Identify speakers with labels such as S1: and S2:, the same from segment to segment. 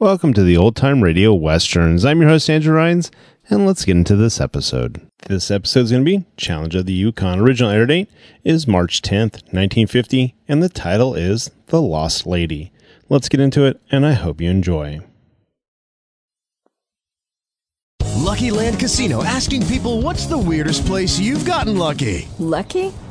S1: Welcome to the Old Time Radio Westerns. I'm your host, Andrew Rhines, and let's get into this episode. This episode is going to be Challenge of the Yukon. Original air date is March 10th, 1950, and the title is The Lost Lady. Let's get into it, and I hope you enjoy.
S2: Lucky Land Casino asking people what's the weirdest place you've gotten lucky?
S3: Lucky?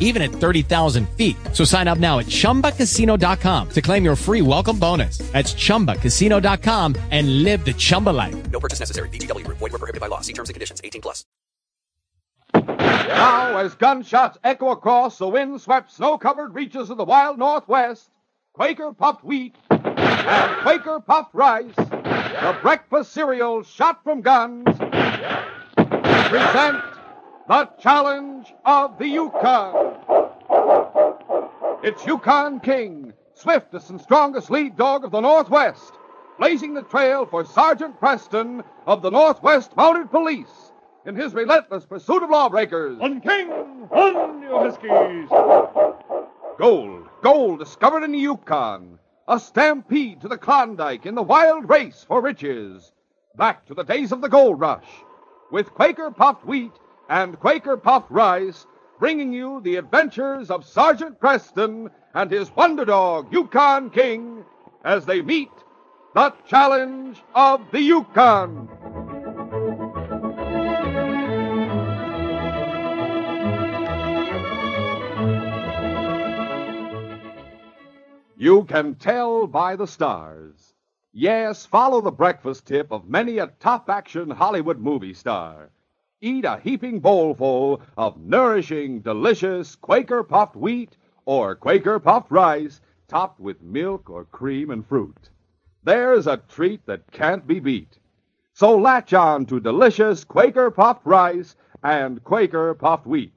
S4: even at 30,000 feet. So sign up now at ChumbaCasino.com to claim your free welcome bonus. That's ChumbaCasino.com and live the Chumba life.
S5: No purchase necessary. BGW. Void were prohibited by law. See terms and conditions. 18 plus.
S6: Now, as gunshots echo across the windswept, snow-covered reaches of the wild Northwest, Quaker puffed wheat and Quaker puffed rice, the breakfast cereals shot from guns, present the challenge of the Yukon. It's Yukon King, swiftest and strongest lead dog of the Northwest, blazing the trail for Sergeant Preston of the Northwest Mounted Police in his relentless pursuit of lawbreakers.
S7: On King, on your huskies!
S6: Gold, gold discovered in the Yukon. A stampede to the Klondike in the wild race for riches. Back to the days of the gold rush. With Quaker puffed wheat and Quaker Puff Rice, bringing you the adventures of Sergeant Preston and his wonder dog, Yukon King, as they meet the challenge of the Yukon. You can tell by the stars. Yes, follow the breakfast tip of many a top action Hollywood movie star eat a heaping bowlful of nourishing, delicious Quaker puffed wheat or Quaker puffed rice topped with milk or cream and fruit. There's a treat that can't be beat. So latch on to delicious Quaker puffed rice and Quaker puffed wheat,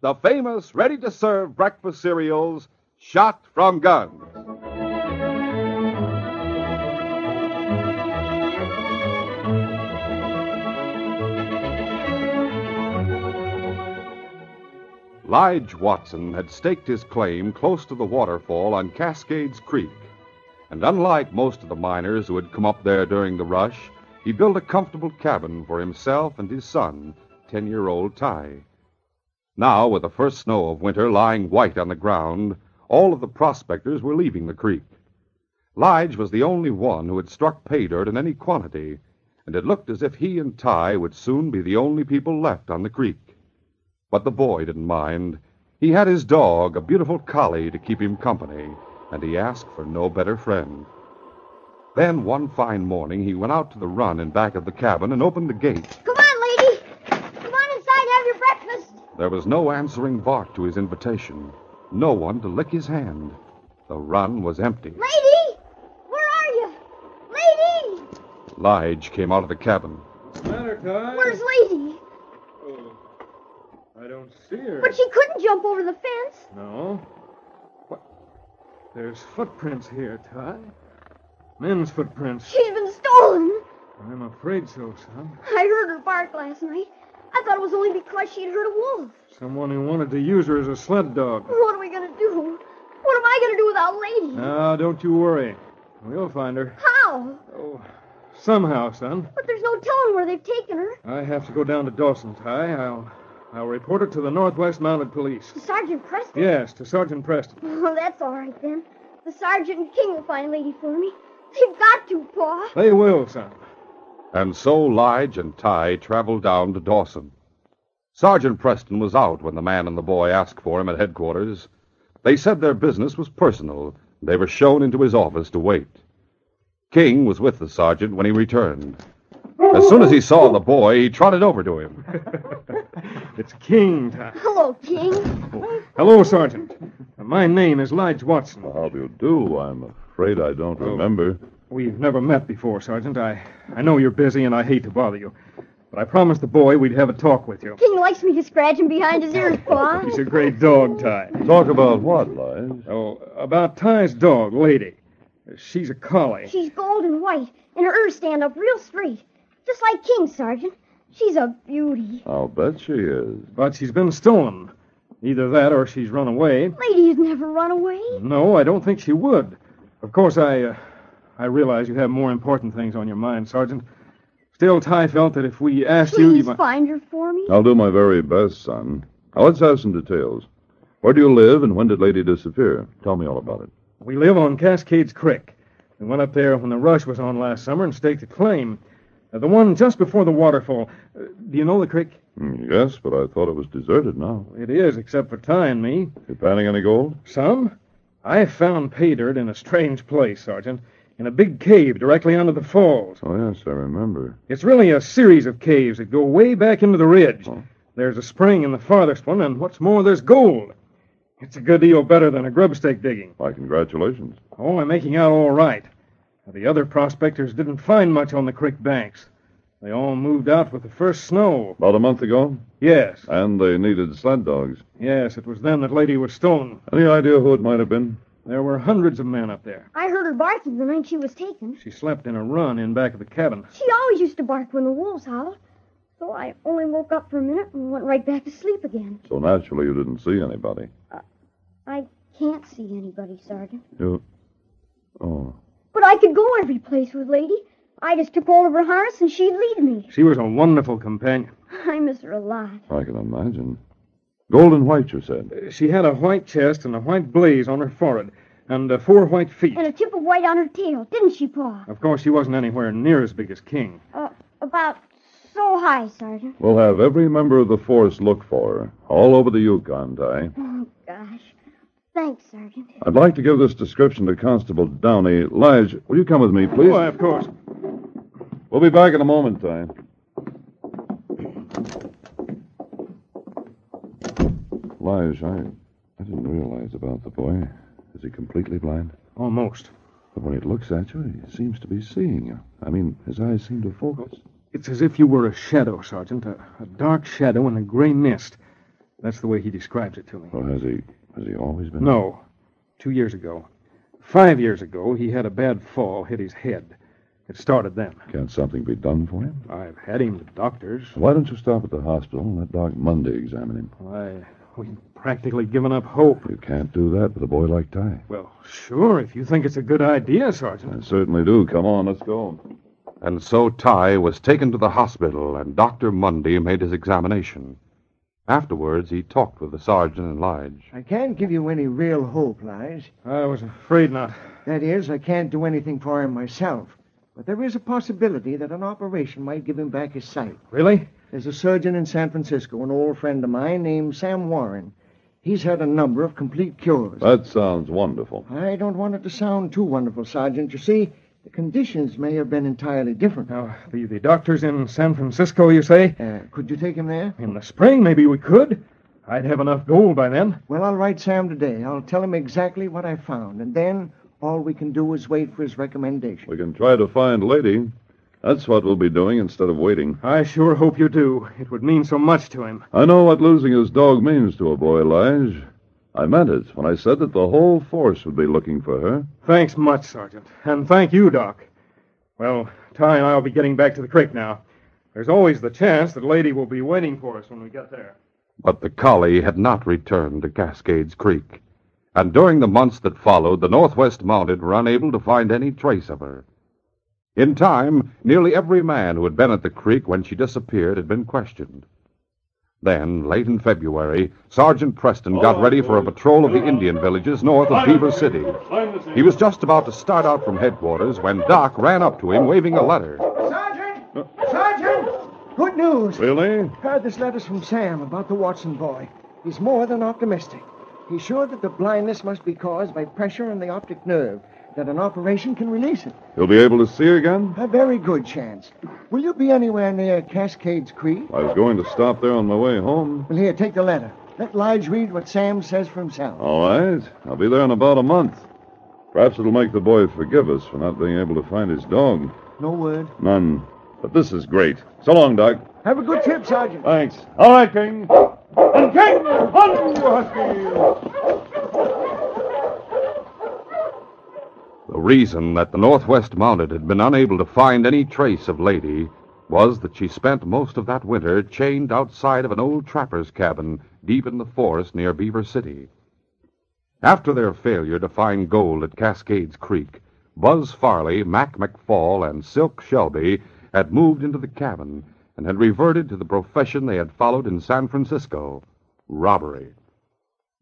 S6: the famous ready to serve breakfast cereals shot from guns. Lige Watson had staked his claim close to the waterfall on Cascades Creek. And unlike most of the miners who had come up there during the rush, he built a comfortable cabin for himself and his son, 10 year old Ty. Now, with the first snow of winter lying white on the ground, all of the prospectors were leaving the creek. Lige was the only one who had struck pay dirt in any quantity, and it looked as if he and Ty would soon be the only people left on the creek. But the boy didn't mind. He had his dog, a beautiful collie, to keep him company, and he asked for no better friend. Then, one fine morning, he went out to the run in back of the cabin and opened the gate.
S8: Come on, lady. Come on inside and have your breakfast.
S6: There was no answering bark to his invitation, no one to lick his hand. The run was empty.
S8: Lady! Where are you? Lady!
S6: Lige came out of the cabin.
S8: Where's Lady?
S7: Oh, I don't see her.
S8: But she couldn't jump over the fence.
S7: No. What? There's footprints here, Ty. Men's footprints.
S8: She's been stolen.
S7: I'm afraid so, son.
S8: I heard her bark last night. I thought it was only because she'd heard a wolf.
S7: Someone who wanted to use her as a sled dog.
S8: What are we going to do? What am I going to do without Lady?
S7: Now, don't you worry. We'll find her.
S8: How?
S7: Oh, somehow, son.
S8: But there's no telling where they've taken her.
S7: I have to go down to Dawson, Ty. I'll, I'll report it to the Northwest Mounted Police.
S8: Sergeant Preston?
S7: Yes, to Sergeant Preston.
S8: Oh, that's all right then. The sergeant and King will find Lady for me. They've got to, Pa.
S7: They will, son.
S6: And so Lige and Ty traveled down to Dawson. Sergeant Preston was out when the man and the boy asked for him at headquarters. They said their business was personal. They were shown into his office to wait. King was with the sergeant when he returned. As soon as he saw the boy, he trotted over to him.
S7: It's King, Ty.
S8: Hello, King.
S7: Hello, Sergeant. My name is Lige Watson.
S9: How do you do? I'm afraid I don't remember.
S7: We've never met before, Sergeant. I, I know you're busy and I hate to bother you. But I promised the boy we'd have a talk with you.
S8: King likes me to scratch him behind his ears, Pa.
S7: He's a great dog, Ty.
S9: Talk about what, Lige?
S7: Oh, about Ty's dog, Lady. She's a collie.
S8: She's gold and white, and her ears stand up real straight. Just like King, Sergeant. She's a beauty.
S9: I'll bet she is.
S7: But she's been stolen. Either that or she's run away.
S8: Lady's never run away.
S7: No, I don't think she would. Of course, I, uh, I realize you have more important things on your mind, Sergeant. Still, Ty felt that if we asked you, you
S8: Please
S7: might.
S8: find her for me.
S9: I'll do my very best, son. Now, let's have some details. Where do you live, and when did Lady disappear? Tell me all about it.
S7: We live on Cascades Creek. We went up there when the rush was on last summer and staked a claim. Uh, the one just before the waterfall. Uh, do you know the creek?
S9: Mm, Yes, but I thought it was deserted now.
S7: It is, except for Ty and me.
S9: You planning any gold?
S7: Some? I found pay dirt in a strange place, Sergeant. In a big cave directly under the falls.
S9: Oh, yes, I remember.
S7: It's really a series of caves that go way back into the ridge.
S9: Oh.
S7: There's a spring in the farthest one, and what's more, there's gold. It's a good deal better than a grubstake digging.
S9: My congratulations.
S7: Oh, I'm making out all right. The other prospectors didn't find much on the creek banks. They all moved out with the first snow.
S9: About a month ago?
S7: Yes.
S9: And they needed sled dogs.
S7: Yes, it was then that lady was stolen.
S9: Any idea who it might have been?
S7: There were hundreds of men up there.
S8: I heard her barking the night she was taken.
S7: She slept in a run in back of the cabin.
S8: She always used to bark when the wolves howled. So I only woke up for a minute and went right back to sleep again.
S9: So naturally, you didn't see anybody.
S8: I can't see anybody, Sergeant.
S9: You. Oh.
S8: But I could go every place with Lady. I just took hold of her harness and she'd lead me.
S7: She was a wonderful companion.
S8: I miss her a lot.
S9: I can imagine. Gold and white, you said.
S7: Uh, She had a white chest and a white blaze on her forehead, and uh, four white feet.
S8: And a tip of white on her tail, didn't she, Pa?
S7: Of course, she wasn't anywhere near as big as King.
S8: Uh, about so high, Sergeant.
S9: We'll have every member of the force look for her, all over the Yukon, Ty.
S8: Oh, gosh. Thanks, Sergeant.
S9: I'd like to give this description to Constable Downey. Lige, will you come with me, please?
S7: Why, of course.
S9: We'll be back in a moment, Ty. Lige, I, I didn't realize about the boy. Is he completely blind?
S7: Almost.
S9: But when he looks at you, he seems to be seeing you. I mean, his eyes seem to focus.
S7: It's as if you were a shadow, Sergeant. A, a dark shadow in a gray mist. That's the way he describes it to me.
S9: Well, has he has he always been?
S7: No. Two years ago. Five years ago, he had a bad fall, hit his head. It started then.
S9: Can't something be done for him?
S7: I've had him to doctors.
S9: Why don't you stop at the hospital and let Doc Monday examine him?
S7: Why, we've practically given up hope.
S9: You can't do that with a boy like Ty.
S7: Well, sure, if you think it's a good idea, Sergeant.
S9: I certainly do. Come on, let's go.
S6: And so Ty was taken to the hospital, and Dr. Mundy made his examination. Afterwards, he talked with the sergeant and Lige.
S10: I can't give you any real hope, Lige.
S7: I was afraid not.
S10: That is, I can't do anything for him myself. But there is a possibility that an operation might give him back his sight.
S7: Really?
S10: There's a surgeon in San Francisco, an old friend of mine named Sam Warren. He's had a number of complete cures.
S9: That sounds wonderful.
S10: I don't want it to sound too wonderful, Sergeant. You see, The conditions may have been entirely different.
S7: Now, the, the doctor's in San Francisco, you say?
S10: Uh, could you take him there?
S7: In the spring, maybe we could. I'd have enough gold by then.
S10: Well, I'll write Sam today. I'll tell him exactly what I found, and then all we can do is wait for his recommendation.
S9: We can try to find Lady. That's what we'll be doing instead of waiting.
S7: I sure hope you do. It would mean so much to him.
S9: I know what losing his dog means to a boy, Lige. I meant it when I said that the whole force would be looking for her.
S7: Thanks much, Sergeant. And thank you, Doc. Well, Ty and I'll be getting back to the creek now. There's always the chance that Lady will be waiting for us when we get there.
S6: But the collie had not returned to Cascades Creek. And during the months that followed, the Northwest Mounted were unable to find any trace of her. In time, nearly every man who had been at the creek when she disappeared had been questioned. Then, late in February, Sergeant Preston got ready for a patrol of the Indian villages north of Beaver City. He was just about to start out from headquarters when Doc ran up to him waving a letter.
S10: Sergeant! Sergeant! Good news!
S9: Really?
S10: Heard this letter's from Sam about the Watson boy. He's more than optimistic. He's sure that the blindness must be caused by pressure on the optic nerve, that an operation can release it.
S9: He'll be able to see her again?
S10: A very good chance. Will you be anywhere near Cascades Creek?
S9: I was going to stop there on my way home.
S10: Well, here, take the letter. Let Lige read what Sam says for himself.
S9: All right. I'll be there in about a month. Perhaps it'll make the boy forgive us for not being able to find his dog.
S10: No word?
S9: None. But this is great. So long, Doc.
S10: Have a good trip, Sergeant.
S9: Thanks. All right, King.
S7: And King, on you, Husky!
S6: The reason that the Northwest Mounted had been unable to find any trace of Lady was that she spent most of that winter chained outside of an old trapper's cabin deep in the forest near Beaver City. After their failure to find gold at Cascades Creek, Buzz Farley, Mac McFall, and Silk Shelby had moved into the cabin and had reverted to the profession they had followed in San Francisco robbery.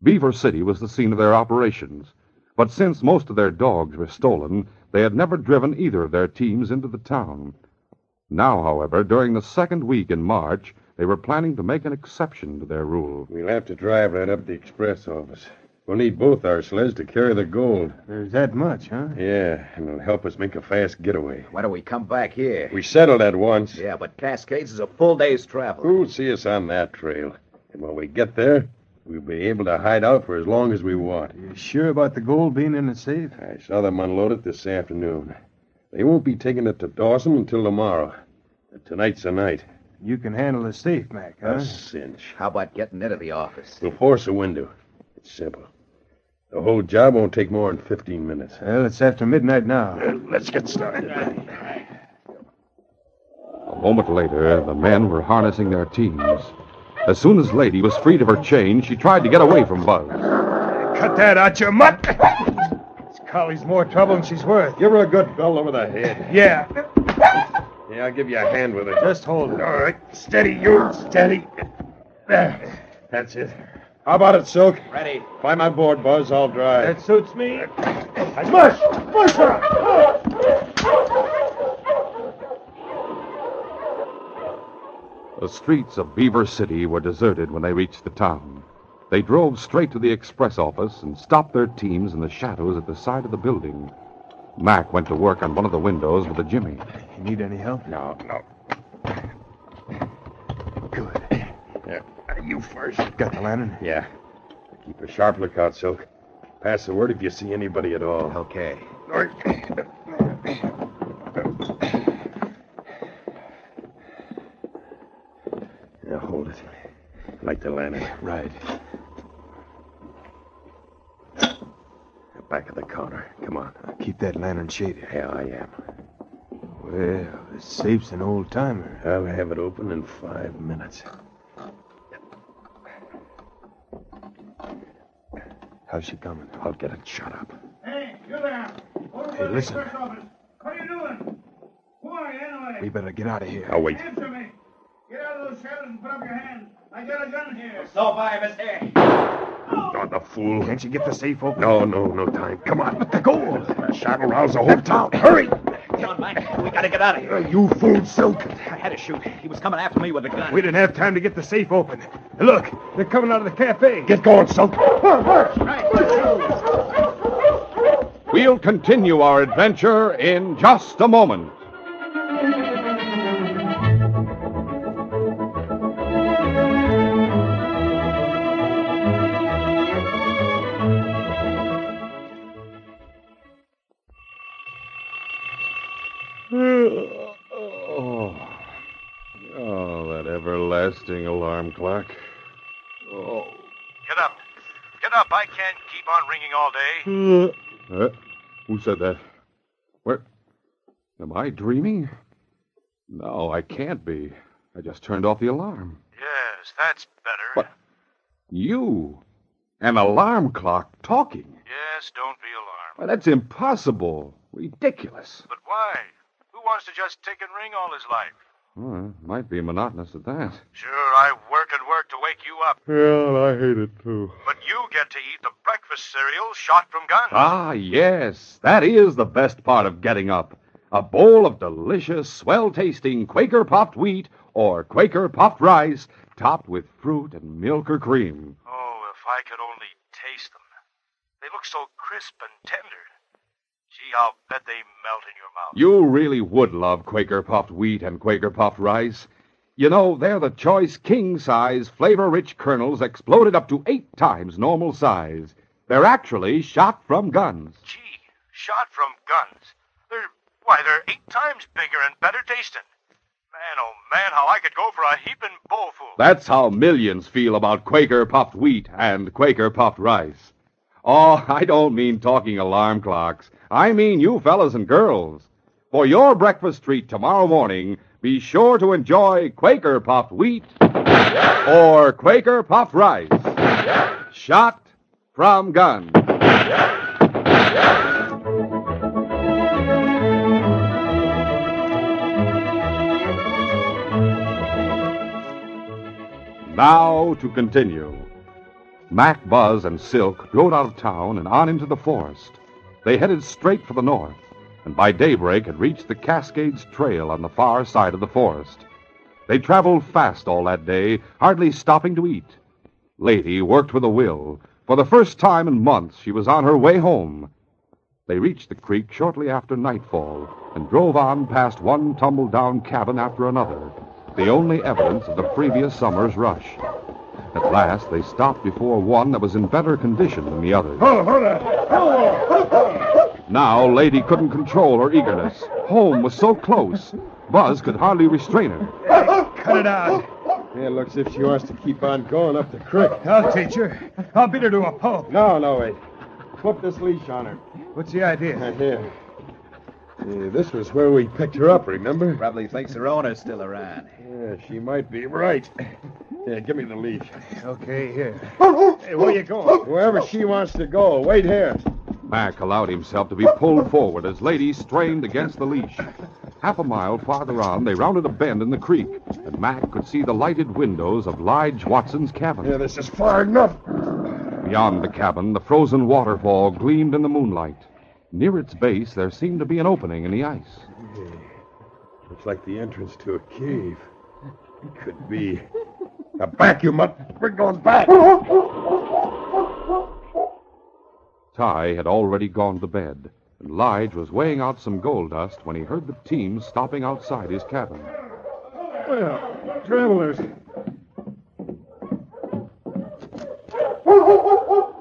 S6: Beaver City was the scene of their operations, but since most of their dogs were stolen, they had never driven either of their teams into the town. Now, however, during the second week in March, they were planning to make an exception to their rule.
S11: We'll have to drive right up to the express office. We'll need both our sleds to carry the gold.
S10: There's that much, huh?
S11: Yeah, and it'll help us make a fast getaway.
S12: Why don't we come back here?
S11: We settled that once.
S12: Yeah, but Cascades is a full day's travel.
S11: Who'll see us on that trail? And when we get there, We'll be able to hide out for as long as we want.
S10: You sure about the gold being in the safe?
S11: I saw them unload it this afternoon. They won't be taking it to Dawson until tomorrow. Tonight's the night.
S10: You can handle the safe, Mac, huh?
S11: A cinch.
S12: How about getting into the office?
S11: We'll force a window. It's simple. The whole job won't take more than 15 minutes.
S10: Well, it's after midnight now.
S11: Let's get started.
S6: A moment later, the men were harnessing their teams. As soon as Lady was freed of her chain, she tried to get away from Buzz.
S7: Cut that out, you mutt! this collie's more trouble than she's worth.
S11: Give her a good belt over the head.
S7: Yeah.
S11: Yeah, I'll give you a hand with it.
S7: Just hold it.
S11: All right. Steady, you. Steady. There. That's it. How about it, Silk?
S12: Ready.
S11: By my board, Buzz. I'll drive.
S7: That suits me. I must! Push her!
S6: The streets of Beaver City were deserted when they reached the town. They drove straight to the express office and stopped their teams in the shadows at the side of the building. Mac went to work on one of the windows with a jimmy.
S10: You need any help?
S11: No, no.
S10: Good.
S11: Yeah. You first.
S10: Got the lantern?
S11: Yeah. Keep a sharp lookout, Silk. Pass the word if you see anybody at all.
S12: Okay.
S11: All right. Now hold it. Light the lantern.
S10: Right.
S11: Back of the counter. Come on.
S10: Keep that lantern shaded.
S11: Yeah, I am.
S10: Well, the safe's an old timer.
S11: I'll have it open in five minutes.
S10: How's she coming?
S11: I'll get it shut up.
S13: Hey, you there! Over
S10: Hey,
S13: to the
S10: listen.
S13: express office. What are you doing? Who are you anyway?
S10: We better get out of here.
S11: I'll wait.
S13: Answer me. Get out of those shadows and put up your hands. I got a gun here.
S12: So by mistake.
S11: Not the fool.
S10: Can't you get the safe open?
S11: No, no, no time. Come on.
S10: But the gold.
S11: Shot will rouse the whole town. Hurry!
S12: Come on, Mike. We gotta get out of here.
S11: You fool, Silk.
S12: I had to shoot. He was coming after me with a gun.
S10: We didn't have time to get the safe open. Look, they're coming out of the cafe.
S11: Get going, Silk.
S12: Right.
S14: We'll continue our adventure in just a moment.
S6: Uh, Oh. Oh, that everlasting alarm clock. Oh.
S15: Get up. Get up. I can't keep on ringing all day.
S6: Uh, who said that? Where? Am I dreaming? No, I can't be. I just turned off the alarm.
S15: Yes, that's better.
S6: You? An alarm clock talking?
S15: Yes, don't be alarmed.
S6: Why, that's impossible. Ridiculous.
S15: But why? Who wants to just tick and ring all his life?
S6: Well, it might be monotonous at that.
S15: Sure, I work and work to wake you up,
S6: Well, I hate it too.
S15: but you get to eat the breakfast cereal shot from guns.
S6: Ah, yes. That is the best part of getting up. A bowl of delicious, swell tasting Quaker popped wheat or Quaker popped rice topped with fruit and milk or cream.
S15: Oh, if I could only taste them. They look so crisp and tender. Gee, I'll bet they melt in your mouth.
S6: You really would love Quaker puffed wheat and Quaker puffed rice. You know, they're the choice king size, flavor rich kernels exploded up to eight times normal size. They're actually shot from guns.
S15: Shot from guns. They're, why, they're eight times bigger and better tasting. Man, oh man, how I could go for a heaping bowl full.
S6: That's how millions feel about Quaker puffed wheat and Quaker puffed rice. Oh, I don't mean talking alarm clocks. I mean you fellas and girls. For your breakfast treat tomorrow morning, be sure to enjoy Quaker puffed wheat or Quaker puffed rice. Shot from gun. Now to continue. Mac, Buzz, and Silk rode out of town and on into the forest. They headed straight for the north, and by daybreak had reached the Cascades Trail on the far side of the forest. They traveled fast all that day, hardly stopping to eat. Lady worked with a will. For the first time in months, she was on her way home. They reached the creek shortly after nightfall and drove on past one tumble down cabin after another, the only evidence of the previous summer's rush. At last, they stopped before one that was in better condition than the others. Now, Lady couldn't control her eagerness. Home was so close, Buzz could hardly restrain her.
S11: Cut it out. Yeah, looks if she wants to keep on going up the creek. I'll teach her. Oh, I'll beat her to a pulp. No, no, wait. Flip this leash on her. What's the idea? here. Yeah, this was where we picked her up, remember? Probably thinks her owner's still around. Yeah, she might be right. Yeah, give me the leash. Okay, here. Hey, where you going? Wherever she wants to go. Wait here.
S6: Mac allowed himself to be pulled forward as Lady strained against the leash. Half a mile farther on, they rounded a bend in the creek, and Mac could see the lighted windows of Lige Watson's cabin. Yeah,
S11: this is far enough.
S6: Beyond the cabin, the frozen waterfall gleamed in the moonlight. Near its base, there seemed to be an opening in the ice.
S11: Looks like the entrance to a cave. Could be. Now back, you mutt. We're going back.
S6: Ty had already gone to bed, and Lige was weighing out some gold dust when he heard the team stopping outside his cabin.
S7: Well, travelers.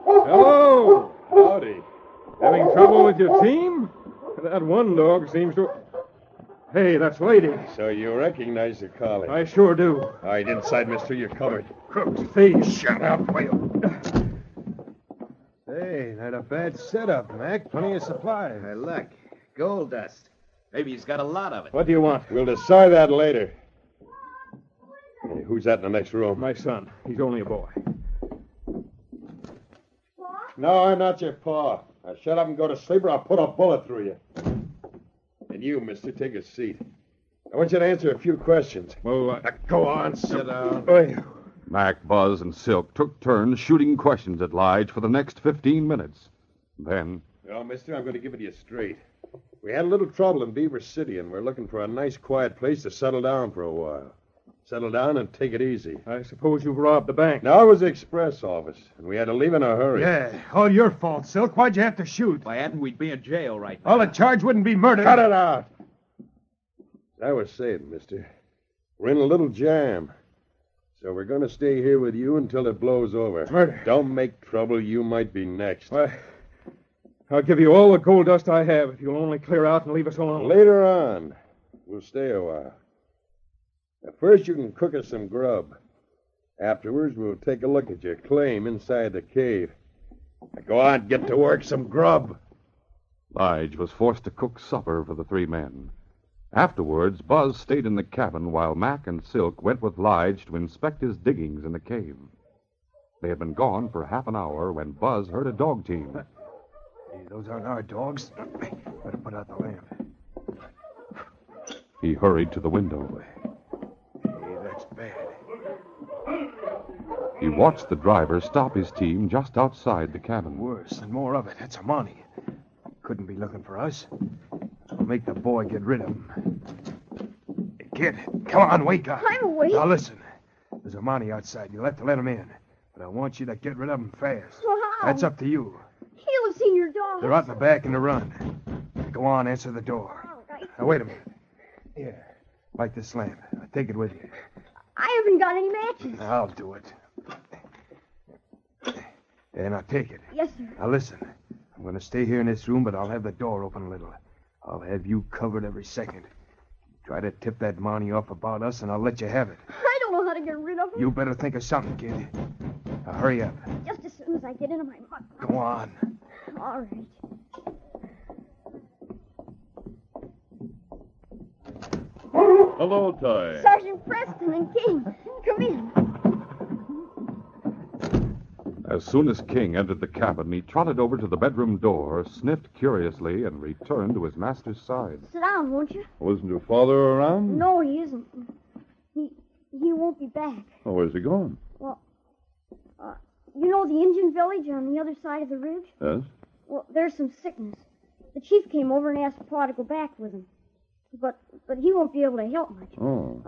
S11: Hello.
S7: Howdy. Having trouble with your team? That one dog seems to. Hey, that's Lady.
S11: So you recognize the collie?
S7: I sure do.
S11: All right, inside, mister. You're covered.
S7: Crooks, thieves.
S11: Shut up, will Hey, not a bad setup, Mac. Plenty of supplies. Hey, look.
S16: Gold dust. Maybe he's got a lot of it.
S7: What do you want?
S11: We'll decide that later. Hey, who's that in the next room?
S7: My son. He's only a boy.
S11: No, I'm not your pa. Now shut up and go to sleep, or I'll put a bullet through you. And you, mister, take a seat. I want you to answer a few questions.
S7: Well, uh,
S11: go on, sit down.
S6: Mac, Buzz, and Silk took turns shooting questions at Lige for the next 15 minutes. Then,
S11: Well, mister, I'm going to give it to you straight. We had a little trouble in Beaver City, and we're looking for a nice, quiet place to settle down for a while.
S9: Settle down and take it easy.
S7: I suppose you've robbed the bank.
S9: Now, it was the express office, and we had to leave in a hurry.
S16: Yeah, all your fault, Silk. Why'd you have to shoot?
S17: Why, hadn't we'd be in jail right now.
S16: All the charge wouldn't be murder.
S9: Cut it out! As I was saying, mister, we're in a little jam. So we're going to stay here with you until it blows over.
S7: Murder.
S9: Don't make trouble. You might be next.
S7: Why, I'll give you all the coal dust I have if you'll only clear out and leave us alone.
S9: Later on, we'll stay a while. At first, you can cook us some grub. Afterwards, we'll take a look at your claim inside the cave. Now go on, get to work some grub.
S6: Lige was forced to cook supper for the three men. Afterwards, Buzz stayed in the cabin while Mac and Silk went with Lige to inspect his diggings in the cave. They had been gone for half an hour when Buzz heard a dog team.
S16: Those aren't our dogs. Better put out the lamp.
S6: He hurried to the window.
S16: Hey, that's bad.
S6: He watched the driver stop his team just outside the cabin.
S16: Worse and more of it. That's Armani. Couldn't be looking for us. I'll make the boy get rid of him. Hey, kid, come on, wake up.
S8: I'm awake.
S16: Now listen. There's Armani outside. You'll have to let him in. But I want you to get rid of him fast.
S8: Well, how?
S16: That's up to you.
S8: He'll have seen your dog.
S16: They're out in the back in the run. Go on, answer the door.
S8: All right.
S16: Now wait a minute. Here, light this lamp. Now, Take it with you.
S8: I haven't got any matches.
S16: I'll do it. And I'll take it.
S8: Yes, sir.
S16: Now listen, I'm going to stay here in this room, but I'll have the door open a little. I'll have you covered every second. Try to tip that Monty off about us, and I'll let you have it.
S8: I don't know how to get rid of him.
S16: You better think of something, kid. Now hurry up.
S8: Just as soon as I get into my mug.
S16: Go on.
S8: All right.
S9: Hello, Ty.
S8: Sergeant Preston and King, come in.
S6: As soon as King entered the cabin, he trotted over to the bedroom door, sniffed curiously, and returned to his master's side.
S8: Sit down, won't you?
S9: Wasn't your father around?
S8: No, he isn't. He he won't be back.
S9: Oh, where's he going?
S8: Well, uh, you know the Indian village on the other side of the ridge?
S9: Yes?
S8: Well, there's some sickness. The chief came over and asked Pa to go back with him. But but he won't be able to help much.
S9: Oh.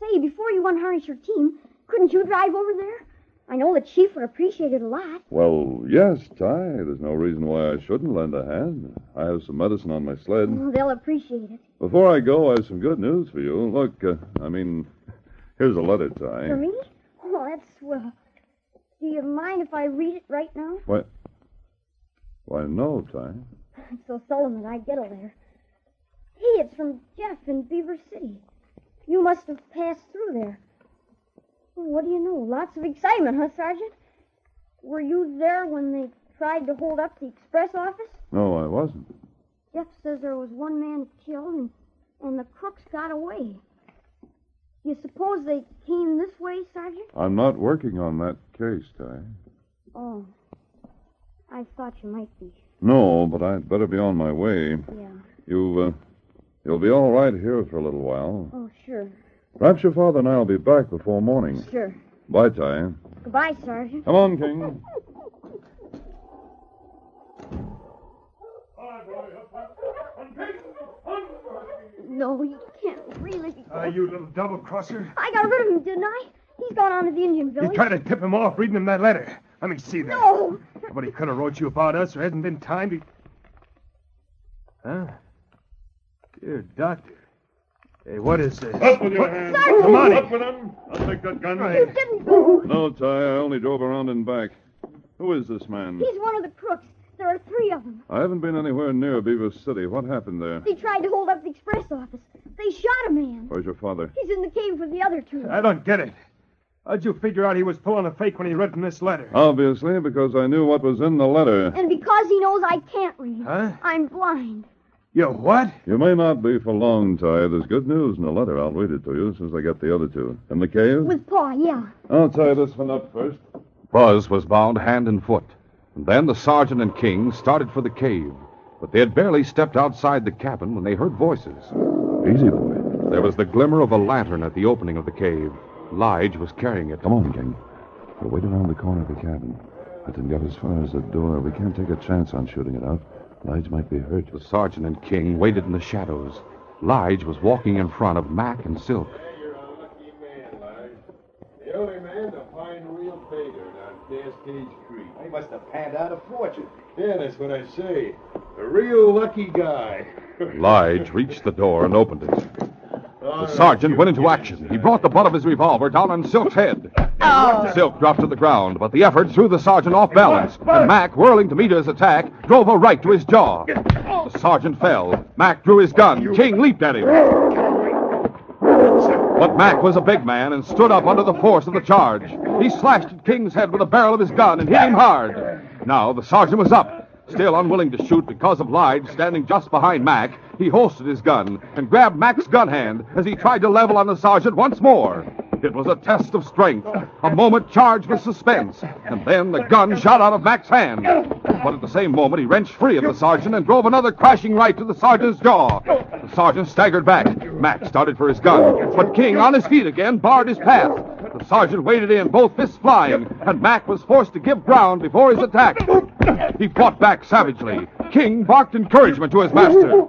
S8: Say, before you unharness your team, couldn't you drive over there? I know the chief would appreciate it a lot.
S9: Well, yes, Ty. There's no reason why I shouldn't lend a hand. I have some medicine on my sled.
S8: They'll appreciate it.
S9: Before I go, I have some good news for you. Look, uh, I mean, here's a letter,
S8: For
S9: Ty.
S8: me? Oh, that's swell. Do you mind if I read it right now?
S9: Why? Why, no, Ty.
S8: I'm so seldom that I get a letter. Hey, it's from Jeff in Beaver City. You must have passed through there. Well, What do you know? Lots of excitement, huh, Sergeant? Were you there when they tried to hold up the express office?
S9: No, I wasn't.
S8: Jeff says there was one man killed and, and the crooks got away. You suppose they came this way, Sergeant?
S9: I'm not working on that case, Ty.
S8: Oh, I thought you might be.
S9: No, but I'd better be on my way.
S8: Yeah.
S9: You, uh, you'll be all right here for a little while.
S8: Oh, sure.
S9: Perhaps your father and I'll be back before morning.
S8: Sure.
S9: Bye, Ty.
S8: Goodbye, Sergeant.
S9: Come on, King.
S8: No, he can't really be.
S16: Uh, you little double crosser.
S8: I got rid of him, didn't I? He's gone on to the Indian
S16: You
S8: village.
S16: tried to tip him off reading him that letter. Let me see that.
S8: No!
S16: Nobody could have wrote you about us. There hasn't been time to. Huh? Dear doctor. Hey, what is this?
S9: Up with your hands.
S8: Sergeant!
S16: Come on in.
S9: Up with them. I'll take that gun.
S8: You didn't go.
S9: No, Ty, I only drove around and back. Who is this man?
S8: He's one of the crooks. There are three of them.
S9: I haven't been anywhere near Beaver City. What happened there?
S8: They tried to hold up the express office. They shot a man.
S9: Where's your father?
S8: He's in the cave with the other two.
S16: I don't get it. How'd you figure out he was pulling a fake when he read from this letter?
S9: Obviously, because I knew what was in the letter.
S8: And because he knows I can't read,
S16: Huh?
S8: I'm blind.
S16: You what?
S9: You may not be for long, Ty. There's good news in the letter. I'll read it to you since I got the other two. In the cave?
S8: With Paw, yeah.
S9: I'll tie this one up first.
S6: Buzz was bound hand and foot. And then the sergeant and King started for the cave, but they had barely stepped outside the cabin when they heard voices.
S9: Easy, boy.
S6: There was the glimmer of a lantern at the opening of the cave. Lige was carrying it.
S9: Come on, King. We'll wait around the corner of the cabin. I didn't get as far as the door. We can't take a chance on shooting it out. Lige might be hurt.
S6: The sergeant and King waited in the shadows. Lige was walking in front of Mac and Silk.
S11: Cascades Creek.
S18: He must have panned out a fortune.
S11: Yeah, that's what I say. A real lucky guy.
S6: Lige reached the door and opened it.
S11: All
S6: The sergeant went into action. He brought the butt of his revolver down on Silk's head. Silk dropped to the ground, but the effort threw the sergeant off balance, and Mac, whirling to meet his attack, drove a right to his jaw. The sergeant fell. Mac drew his gun. King leaped at him. But Mac was a big man and stood up under the force of the charge. He slashed at King's head with the barrel of his gun and hit him hard. Now the sergeant was up. Still unwilling to shoot because of Lige standing just behind Mac, he holstered his gun and grabbed Mac's gun hand as he tried to level on the sergeant once more. It was a test of strength, a moment charged with suspense, and then the gun shot out of Mac's hand. But at the same moment, he wrenched free of the sergeant and drove another crashing right to the sergeant's jaw. The sergeant staggered back. Mac started for his gun, but King, on his feet again, barred his path. The sergeant waded in, both fists flying, and Mac was forced to give ground before his attack. He fought back savagely. King barked encouragement to his master.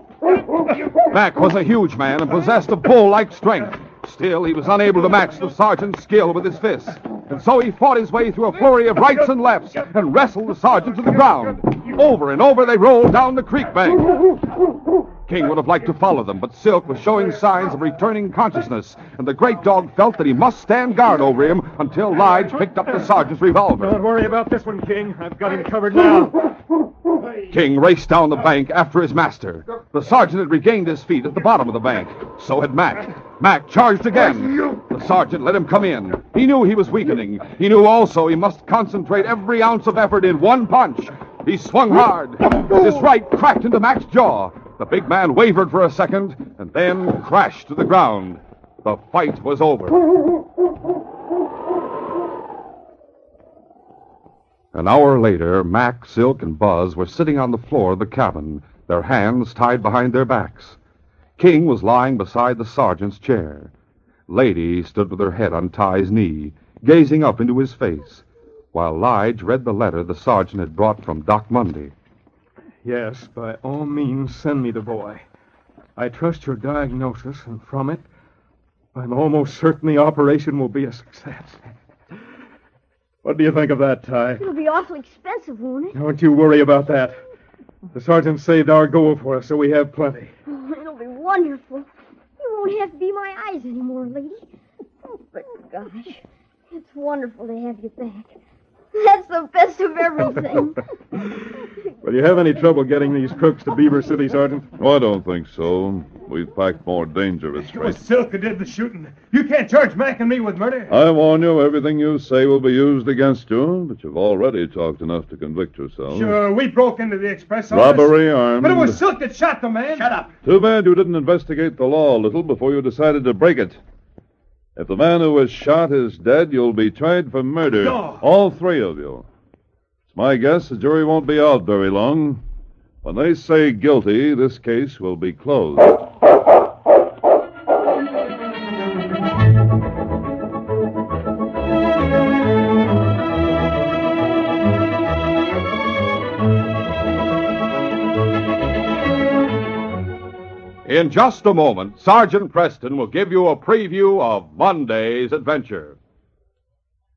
S6: Mac was a huge man and possessed of bull like strength. Still, he was unable to match the sergeant's skill with his fists. And so he fought his way through a flurry of rights and lefts and wrestled the sergeant to the ground. Over and over they rolled down the creek bank. King would have liked to follow them, but Silk was showing signs of returning consciousness, and the great dog felt that he must stand guard over him until Lige picked up the sergeant's revolver.
S7: Don't worry about this one, King. I've got him covered now.
S6: King raced down the bank after his master. The sergeant had regained his feet at the bottom of the bank. So had Mac. Mac charged again. The sergeant let him come in. He knew he was weakening. He knew also he must concentrate every ounce of effort in one punch. He swung hard. His right cracked into Mac's jaw. The big man wavered for a second and then crashed to the ground. The fight was over. An hour later, Mac, Silk, and Buzz were sitting on the floor of the cabin, their hands tied behind their backs. King was lying beside the sergeant's chair. Lady stood with her head on Ty's knee, gazing up into his face, while Lige read the letter the sergeant had brought from Doc Monday.
S7: Yes, by all means, send me the boy. I trust your diagnosis, and from it, I'm almost certain the operation will be a success. What do you think of that, Ty?
S8: It'll be awful expensive, won't it?
S7: Don't you worry about that. The sergeant saved our gold for us, so we have plenty.
S8: Oh, it'll be wonderful. You won't have to be my eyes anymore, lady. Oh, but gosh, it's wonderful to have you back. That's the best of everything.
S7: Will you have any trouble getting these crooks to Beaver City, Sergeant?
S9: Oh, I don't think so. We've packed more dangerous
S19: It was
S9: freight.
S19: Silk who did the shooting. You can't charge Mac and me with murder.
S9: I warn you, everything you say will be used against you, but you've already talked enough to convict yourself.
S19: Sure, we broke into the express office.
S9: Robbery, armed.
S19: But it was Silk that shot the man. Shut up.
S9: Too bad you didn't investigate the law a little before you decided to break it. If the man who was shot is dead, you'll be tried for murder.
S19: No.
S9: All three of you. It's my guess the jury won't be out very long. When they say guilty, this case will be closed.
S6: In just a moment, Sergeant Preston will give you a preview of Monday's adventure.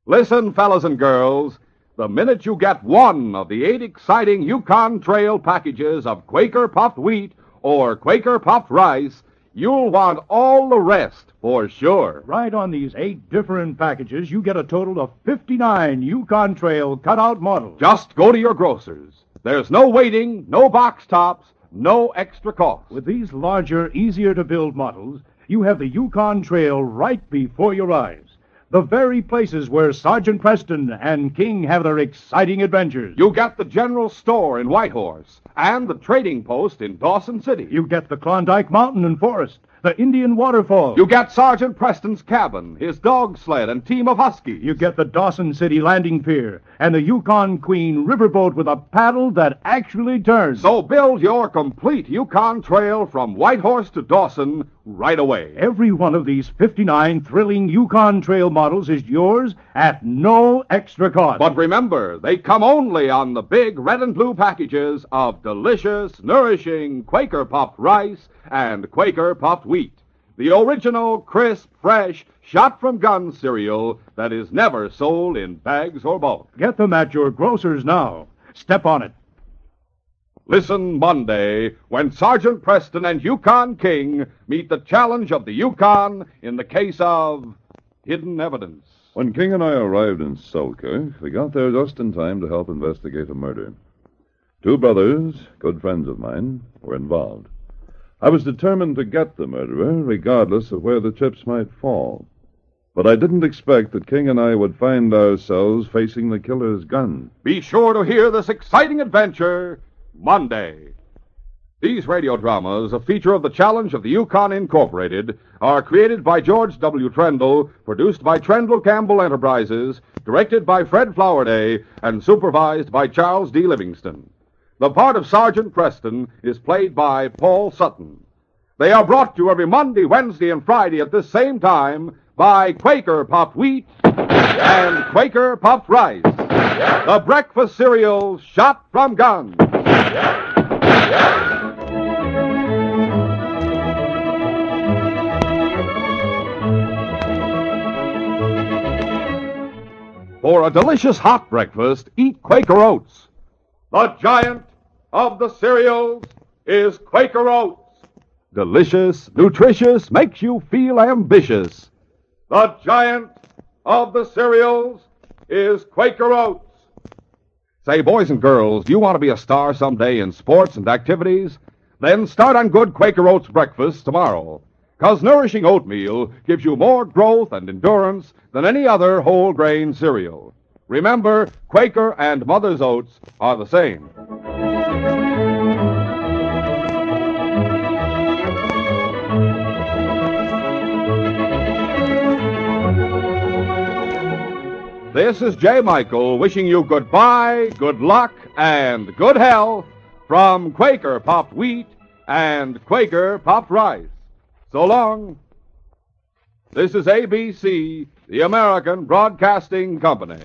S6: Listen, fellas and girls, the minute you get one of the eight exciting Yukon Trail packages of Quaker puffed wheat or Quaker puffed rice, you'll want all the rest for sure.
S15: Right on these eight different packages, you get a total of 59 Yukon Trail cutout models.
S6: Just go to your grocer's. There's no waiting, no box tops, no extra cost.
S15: With these larger, easier to build models, you have the Yukon Trail right before your eyes. The very places where Sergeant Preston and King have their exciting adventures.
S6: You get the general store in Whitehorse and the trading post in Dawson City.
S15: You get the Klondike Mountain and Forest, the Indian Waterfall.
S6: You get Sergeant Preston's cabin, his dog sled, and team of huskies.
S15: You get the Dawson City Landing Pier and the Yukon Queen riverboat with a paddle that actually turns.
S6: So build your complete Yukon Trail from Whitehorse to Dawson right away.
S15: Every one of these 59 thrilling Yukon Trail models is yours at no extra cost.
S6: But remember, they come only on the big red and blue packages of delicious, nourishing Quaker puffed rice and Quaker puffed wheat. the original crisp, fresh, shot from gun cereal that is never sold in bags or bulk.
S15: Get them at your grocer's now. Step on it.
S6: Listen Monday when Sergeant Preston and Yukon King meet the challenge of the Yukon in the case of hidden evidence.
S20: When King and I arrived in Selkirk, we got there just in time to help investigate a murder. Two brothers, good friends of mine, were involved. I was determined to get the murderer, regardless of where the chips might fall. But I didn't expect that King and I would find ourselves facing the killer's gun.
S6: Be sure to hear this exciting adventure Monday. These radio dramas, a feature of the Challenge of the Yukon Incorporated, are created by George W. Trendle, produced by Trendle Campbell Enterprises, directed by Fred Flowerday, and supervised by Charles D. Livingston. The part of Sergeant Preston is played by Paul Sutton. They are brought to you every Monday, Wednesday, and Friday at this same time by Quaker Popped Wheat and Quaker Popped Rice. The breakfast cereal shot from guns. For a delicious hot breakfast, eat Quaker Oats. The giant of the cereals is Quaker Oats. Delicious, nutritious, makes you feel ambitious. The giant of the cereals is Quaker Oats. Say, boys and girls, do you want to be a star someday in sports and activities? Then start on good Quaker Oats breakfast tomorrow. Because nourishing oatmeal gives you more growth and endurance than any other whole grain cereal. Remember, Quaker and Mother's Oats are the same. This is Jay Michael wishing you goodbye, good luck, and good health from Quaker Popped Wheat and Quaker Popped Rice. So long. This is ABC, the American Broadcasting Company.